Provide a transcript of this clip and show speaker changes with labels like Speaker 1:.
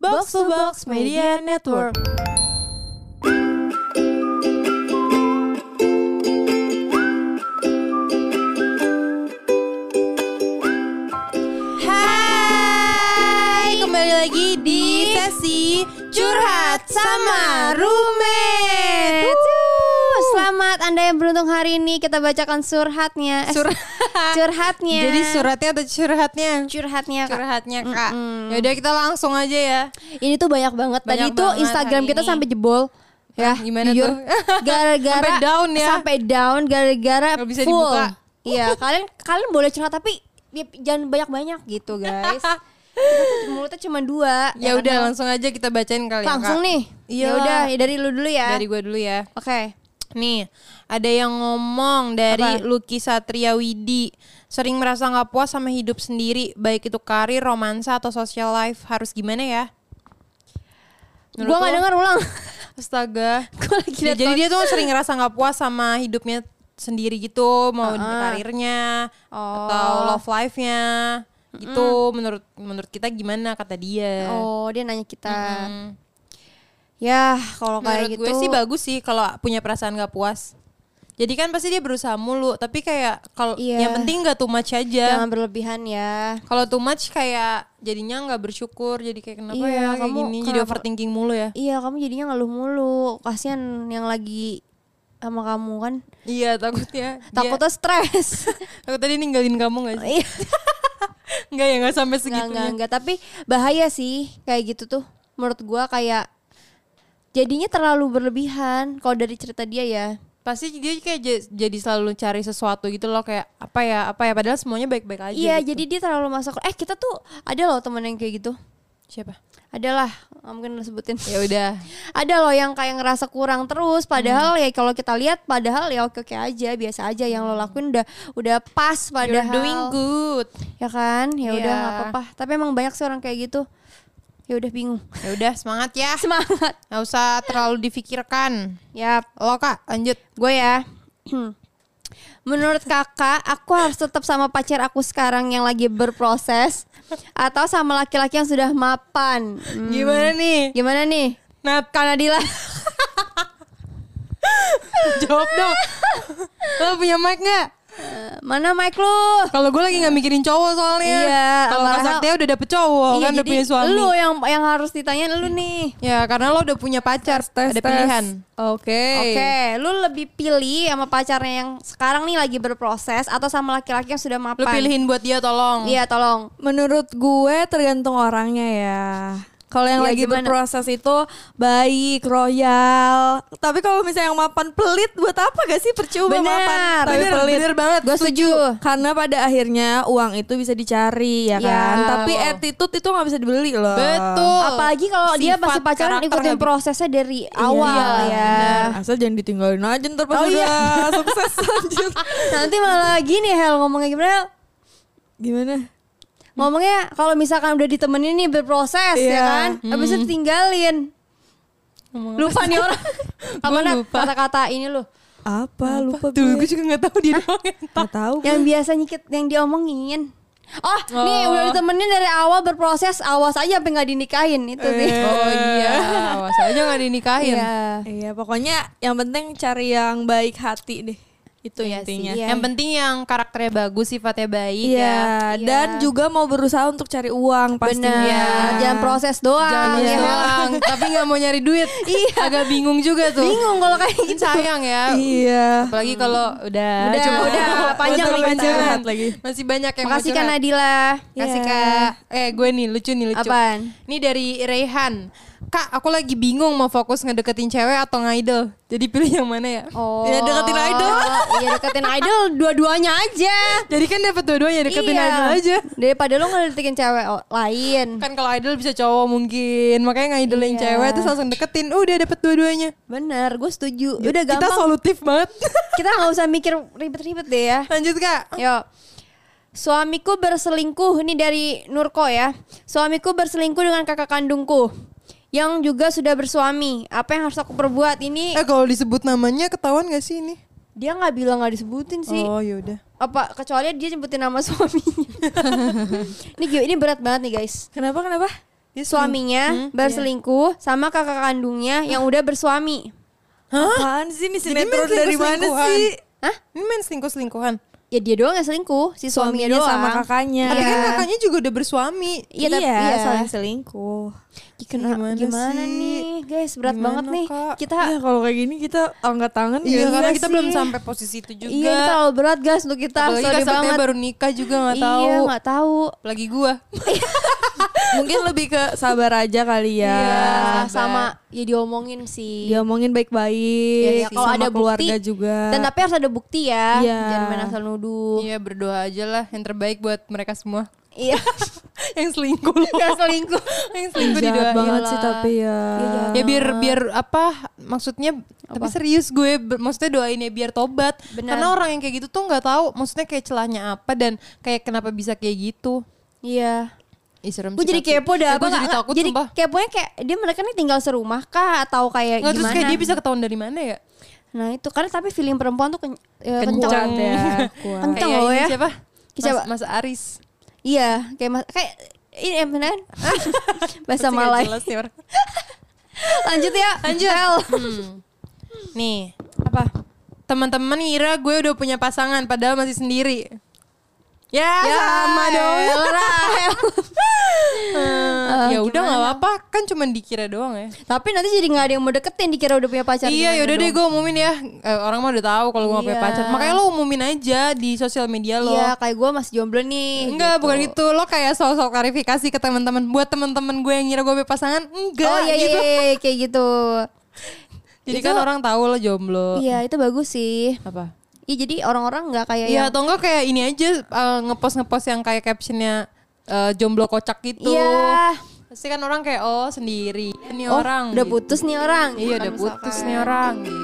Speaker 1: Box to Box Media Network.
Speaker 2: Hai, kembali lagi di sesi curhat sama roommate.
Speaker 1: Wuh, Selamat Anda yang beruntung hari ini kita bacakan surhatnya. Eh, curhatnya.
Speaker 2: Jadi suratnya atau curhatnya?
Speaker 1: curhatnya Kak.
Speaker 2: Curhatnya kak. Yaudah kita langsung aja ya.
Speaker 1: Ini tuh banyak banget. Tadi
Speaker 2: Banyak
Speaker 1: tuh
Speaker 2: banget
Speaker 1: Instagram
Speaker 2: hari
Speaker 1: kita
Speaker 2: ini.
Speaker 1: sampai jebol. Ya,
Speaker 2: gimana
Speaker 1: jujur.
Speaker 2: tuh?
Speaker 1: Gara-gara
Speaker 2: Sampai down ya.
Speaker 1: Sampai down gara-gara
Speaker 2: Nggak bisa
Speaker 1: full.
Speaker 2: dibuka.
Speaker 1: Iya, kalian kalian boleh curhat tapi ya, jangan banyak-banyak gitu, guys. Kita tuh mulutnya cuma dua.
Speaker 2: Ya
Speaker 1: kan?
Speaker 2: udah langsung aja kita bacain kali ya, Kak.
Speaker 1: Langsung nih.
Speaker 2: Iya.
Speaker 1: Ya udah, ya dari lu dulu ya.
Speaker 2: Dari gua dulu ya.
Speaker 1: Oke.
Speaker 2: Nih, ada yang ngomong dari
Speaker 1: Apa?
Speaker 2: Luki Satria Widi. Sering merasa nggak puas sama hidup sendiri, baik itu karir, romansa, atau social life. Harus gimana ya? Menurut
Speaker 1: Gua nggak
Speaker 2: lo?
Speaker 1: dengar ulang.
Speaker 2: Astaga.
Speaker 1: Gua lagi
Speaker 2: Ya,
Speaker 1: liat
Speaker 2: jadi
Speaker 1: kon-
Speaker 2: dia tuh sering ngerasa nggak puas sama hidupnya sendiri gitu, mau di
Speaker 1: Heeh.
Speaker 2: karirnya
Speaker 1: Oh.
Speaker 2: atau love life-nya gitu. Menurut menurut kita gimana kata dia?
Speaker 1: Oh, dia nanya kita.
Speaker 2: Mm.
Speaker 1: Ya, kalau
Speaker 2: Menurut
Speaker 1: kayak gitu
Speaker 2: gue sih bagus sih kalau punya perasaan nggak puas. Jadi kan pasti dia berusaha mulu, tapi kayak kalau
Speaker 1: Iya.
Speaker 2: yang penting nggak too much aja.
Speaker 1: jangan berlebihan ya.
Speaker 2: Kalau too much kayak jadinya nggak bersyukur, jadi kayak kenapa
Speaker 1: Iya,
Speaker 2: ya kayak
Speaker 1: kamu
Speaker 2: gini, jadi
Speaker 1: kenapa-
Speaker 2: overthinking mulu ya.
Speaker 1: Iya, kamu jadinya ngeluh mulu. Kasihan yang lagi sama kamu kan.
Speaker 2: Iya takutnya. dia-
Speaker 1: Takutnya stres.
Speaker 2: Aku tadi ninggalin kamu gak sih?
Speaker 1: Iya.
Speaker 2: Enggak ya, gak sampai
Speaker 1: Enggak,
Speaker 2: segitunya.
Speaker 1: enggak, enggak. Tapi bahaya sih kayak gitu tuh. Menurut gua kayak jadinya terlalu berlebihan kalau dari cerita dia ya.
Speaker 2: Pasti dia kayak j- jadi selalu cari sesuatu gitu loh kayak apa ya, apa ya padahal semuanya baik-baik aja.
Speaker 1: Iya,
Speaker 2: gitu.
Speaker 1: jadi dia terlalu masuk. Eh, kita tuh ada loh temen yang kayak gitu.
Speaker 2: siapa?
Speaker 1: Adalah, nggak mungkin lu sebutin.
Speaker 2: Ya udah.
Speaker 1: ada loh yang kayak ngerasa kurang terus padahal
Speaker 2: Hmm.
Speaker 1: ya kalau kita lihat padahal ya oke oke aja biasa aja yang lo lakuin udah udah pas
Speaker 2: You're
Speaker 1: padahal
Speaker 2: doing good.
Speaker 1: ya kan ya udah
Speaker 2: Iya.
Speaker 1: nggak apa-apa tapi emang banyak sih orang kayak gitu ya udah bingung
Speaker 2: Ya udah, semangat ya.
Speaker 1: semangat
Speaker 2: Gak usah terlalu difikirkan.
Speaker 1: ya
Speaker 2: Lo Kak, lanjut.
Speaker 1: gue ya menurut kakak aku harus tetap sama pacar aku sekarang yang lagi berproses atau sama laki-laki yang sudah mapan Hmm,
Speaker 2: Gimana nih?
Speaker 1: gimana nih
Speaker 2: Nat,
Speaker 1: karena Dila
Speaker 2: jawab dong. Lo punya mic gak?
Speaker 1: Eh, mana mic lu
Speaker 2: Kalau gue lagi gak mikirin cowok soalnya.
Speaker 1: Iya,
Speaker 2: Kalau Kak
Speaker 1: padahal-
Speaker 2: Saktia udah dapet cowok, kan udah
Speaker 1: Iya, jadi
Speaker 2: punya suami.
Speaker 1: Lu yang yang harus ditanyain lu nih.
Speaker 2: Ya, karena lo udah punya pacar, ada
Speaker 1: tes.
Speaker 2: pilihan. Oke.
Speaker 1: Oke, lu lebih pilih sama pacarnya yang sekarang nih lagi berproses atau sama laki-laki yang sudah mapan?
Speaker 2: Lu pilihin buat dia tolong.
Speaker 1: Iya, tolong.
Speaker 3: Menurut gue tergantung orangnya ya. Kalau yang
Speaker 1: Ya,
Speaker 3: lagi
Speaker 1: gimana?
Speaker 3: berproses itu baik, royal. Tapi kalau misalnya yang mapan pelit buat apa gak sih percuma
Speaker 1: Bener,
Speaker 3: mapan? Tapi
Speaker 1: bener,
Speaker 3: pelit.
Speaker 1: bener banget. Gua setuju.
Speaker 3: Karena pada akhirnya uang itu bisa dicari ya
Speaker 1: Ya.
Speaker 3: kan. Tapi attitude itu nggak bisa dibeli loh.
Speaker 2: Betul.
Speaker 1: Apalagi kalau dia
Speaker 2: Sifat,
Speaker 1: pasti pacaran
Speaker 2: karakter
Speaker 1: ikutin
Speaker 2: nggak-
Speaker 1: prosesnya dari awal
Speaker 3: Iya,
Speaker 1: ya.
Speaker 3: bener. Asal jangan ditinggalin aja ntar pas
Speaker 1: Oh,
Speaker 3: udah
Speaker 1: iya.
Speaker 3: sukses lanjut.
Speaker 1: Nanti malah gini Hel ngomongnya gimana? Hel?
Speaker 3: Gimana?
Speaker 1: Ngomongnya kalau misalkan udah ditemenin nih berproses ya
Speaker 3: Iya.
Speaker 1: kan, habis itu tinggalin. Lupa nih orang. Apa
Speaker 2: Gua
Speaker 1: Nat?
Speaker 2: lupa.
Speaker 1: kata-kata ini lu?
Speaker 3: Apa, lupa
Speaker 2: Tuh,
Speaker 3: gue.
Speaker 2: gue juga gak tahu dia doang yang tahu.
Speaker 3: Gak tahu.
Speaker 1: yang biasa nyikit yang diomongin oh, nih
Speaker 2: Oh.
Speaker 1: udah ditemenin dari awal berproses awas aja sampai nggak dinikahin itu sih
Speaker 2: Oh iya, awas aja gak dinikahin.
Speaker 1: Eh. iya
Speaker 3: Iya, pokoknya yang penting cari yang baik hati deh. Itu
Speaker 2: Iya sih.
Speaker 3: intinya.
Speaker 1: Iya.
Speaker 2: Yang penting yang karakternya bagus, sifatnya baik ya.
Speaker 3: Iya,
Speaker 1: Iya.
Speaker 3: dan juga mau berusaha untuk cari uang pastinya.
Speaker 1: benar jangan proses
Speaker 2: ya. Jangan
Speaker 1: doang ya.
Speaker 2: doang, tapi gak mau nyari duit.
Speaker 1: Iya.
Speaker 2: Agak bingung juga tuh.
Speaker 1: bingung kalau kayak gitu.
Speaker 2: Mungkin sayang ya.
Speaker 3: Iya.
Speaker 2: Apalagi kalau udah
Speaker 1: Udah, udah, panjang
Speaker 2: Betul,
Speaker 1: lagi kita.
Speaker 2: panjang.
Speaker 3: lagi.
Speaker 2: Masih banyak yang
Speaker 1: makasih Iya. kan
Speaker 2: mau curhat.
Speaker 1: Nadila
Speaker 2: Makasih Kak. Eh, gue nih lucu nih lucu.
Speaker 1: apaan
Speaker 2: Ini dari Rehan. Kak, aku lagi bingung mau fokus ngedeketin cewek atau ngidol. Jadi pilih yang mana ya?
Speaker 1: oh
Speaker 3: Ya, deketin idol.
Speaker 1: iya deketin idol dua-duanya aja
Speaker 2: Jadi kan dapat dua-duanya deketin
Speaker 1: Iya.
Speaker 2: idol aja.
Speaker 1: daripada lo ngedeketin cewek oh, lain
Speaker 2: Kan kalau idol bisa cowok mungkin, makanya ngidolin
Speaker 1: Iya.
Speaker 2: cewek terus langsung deketin. Udah dapet dua-duanya.
Speaker 1: bener gue setuju udah
Speaker 2: Ya, Kita
Speaker 1: gampang
Speaker 2: solutif banget.
Speaker 1: kita nggak usah mikir ribet-ribet deh ya
Speaker 2: Lanjut, Kak.
Speaker 1: Yo. Suamiku berselingkuh ini dari Nurko ya. Suamiku berselingkuh dengan kakak kandungku yang juga sudah bersuami. Apa yang harus aku perbuat ini?
Speaker 2: Eh, kalau disebut namanya ketahuan gak sih ini?
Speaker 1: Dia nggak bilang nggak disebutin sih.
Speaker 2: Oh, yaudah.
Speaker 1: Apa kecuali dia nyebutin nama suaminya. ini gi- ini berat banget nih guys.
Speaker 3: Kenapa kenapa?
Speaker 1: suaminya berselingkuh sama kakak kandungnya yang udah bersuami.
Speaker 2: Hah?
Speaker 3: Apaan sih ini
Speaker 2: Jadi
Speaker 3: sinetron
Speaker 1: kan?
Speaker 3: dari mana
Speaker 2: selingkuh-selingkuhan.
Speaker 3: sih?
Speaker 1: Hah?
Speaker 2: Ini main selingkuh-selingkuhan.
Speaker 1: Ya dia doang yang selingkuh, si suaminya, doang.
Speaker 3: sama kakaknya.
Speaker 2: Tapi kan
Speaker 1: Iya.
Speaker 2: kakaknya juga udah bersuami.
Speaker 1: Iya, tapi iya.
Speaker 3: saling selingkuh.
Speaker 1: Kena-
Speaker 2: Gimana
Speaker 1: gimana,
Speaker 2: sih?
Speaker 1: nih guys, berat
Speaker 2: Gimana,
Speaker 1: banget nih.
Speaker 2: Kak?
Speaker 1: Kita
Speaker 3: Ya kalau kayak gini kita angkat tangan
Speaker 2: Iya,
Speaker 3: ya.
Speaker 2: karena kita
Speaker 1: sih.
Speaker 2: belum sampai posisi itu juga.
Speaker 1: Iya, ini terlalu berat guys untuk kita.
Speaker 2: Apalagi
Speaker 1: Sorry
Speaker 2: kasatnya
Speaker 1: banget.
Speaker 2: baru nikah juga nggak tahu.
Speaker 1: Iya, nggak tahu.
Speaker 2: Apalagi gua.
Speaker 3: Mungkin lebih ke sabar aja kali ya.
Speaker 1: Iya, sama ya diomongin sih.
Speaker 2: Iya,
Speaker 3: Diomongin baik-baik
Speaker 1: Iya, iya, kalau
Speaker 3: sama
Speaker 1: ada
Speaker 3: keluarga
Speaker 1: bukti,
Speaker 3: juga.
Speaker 1: Dan tapi harus ada bukti ya.
Speaker 3: Iya.
Speaker 1: Jangan main asal nuduh.
Speaker 2: Iya berdoa aja lah yang terbaik buat mereka semua.
Speaker 1: Iya.
Speaker 2: yang selingkuh loh.
Speaker 1: Gak selingkuh.
Speaker 2: yang
Speaker 3: Ih,
Speaker 2: selingkuh
Speaker 3: jahat
Speaker 2: didoain
Speaker 3: banget
Speaker 2: lah.
Speaker 3: sih tapi
Speaker 1: Iya,
Speaker 3: ya.
Speaker 2: Ya
Speaker 1: eh,
Speaker 2: biar biar apa maksudnya tapi serius gue ber- maksudnya doain ya biar tobat.
Speaker 1: Benar.
Speaker 2: Karena orang yang kayak gitu tuh nggak tahu maksudnya kayak celahnya apa dan kayak kenapa bisa kayak gitu.
Speaker 1: Iya.
Speaker 2: Ih, serem
Speaker 1: Gue
Speaker 2: sih,
Speaker 1: jadi
Speaker 2: tapi.
Speaker 1: kepo dah.
Speaker 2: Eh, Gue
Speaker 1: Apa
Speaker 2: jadi
Speaker 1: nggak-
Speaker 2: takut
Speaker 1: Jadi
Speaker 2: sumpah.
Speaker 1: kepo kayak dia mereka nih tinggal serumah kah atau kayak
Speaker 2: Nggak,
Speaker 1: gimana?
Speaker 2: terus kayak dia bisa ketahuan dari mana ya?
Speaker 1: Nah itu karena tapi feeling perempuan tuh ken- eh,
Speaker 2: Kenceng.
Speaker 1: kenceng.
Speaker 3: Kuat ya. kuat.
Speaker 1: Kenceng.
Speaker 2: Kayak
Speaker 1: loh
Speaker 2: ini
Speaker 1: ya.
Speaker 2: siapa?
Speaker 1: Siapa?
Speaker 2: Mas, Mas Aris.
Speaker 1: Iya, kayak mas, kayak ini eh, beneran
Speaker 2: Pasti
Speaker 1: bahasa
Speaker 2: nggak
Speaker 1: Malay.
Speaker 2: jelas nih orang.
Speaker 1: Lanjut ya, lanjut.
Speaker 2: Hmm. Nih,
Speaker 1: Apa?
Speaker 2: teman-teman ngira gue udah punya pasangan padahal masih sendiri. Ya, sama dong.
Speaker 1: Rahel, Rahel.
Speaker 2: Eh, ya udah
Speaker 1: gimana?
Speaker 2: nggak apa-apa, kan cuma dikira doang ya.
Speaker 1: Tapi nanti jadi nggak ada yang mau deketin dikira udah punya pacar.
Speaker 2: iya,
Speaker 1: gimana
Speaker 2: yaudah deh
Speaker 1: dong?
Speaker 2: gue umumin ya. Eh, orang mah udah tahu kalau gue nggak punya
Speaker 1: Iya.
Speaker 2: pacar. Makanya lo umumin aja di sosial media lo.
Speaker 1: Iya, kayak gue masih jomblo nih.
Speaker 2: Enggak, bukan gitu. Lo kayak sosok klarifikasi ke teman-teman. Buat teman-teman gue yang ngira gue punya pasangan, enggak
Speaker 1: oh iya, iya,
Speaker 2: gitu.
Speaker 1: iya, kayak gitu.
Speaker 2: Jadi
Speaker 1: Itu-
Speaker 2: kan orang tahu lo jomblo.
Speaker 1: Iya, itu bagus sih.
Speaker 2: Apa?
Speaker 1: Iya, jadi orang-orang nggak kayak
Speaker 2: Iya
Speaker 1: yang
Speaker 2: atau enggak kayak ini aja eh, ngepost-ngepost yang kayak captionnya eh, jomblo kocak gitu.
Speaker 1: Iya.
Speaker 2: Pasti kan orang kayak oh sendiri. Ini
Speaker 1: Oh,
Speaker 2: orang.
Speaker 1: udah
Speaker 2: gitu.
Speaker 1: putus nih orang.
Speaker 2: Iya udah putus nih orang. gitu.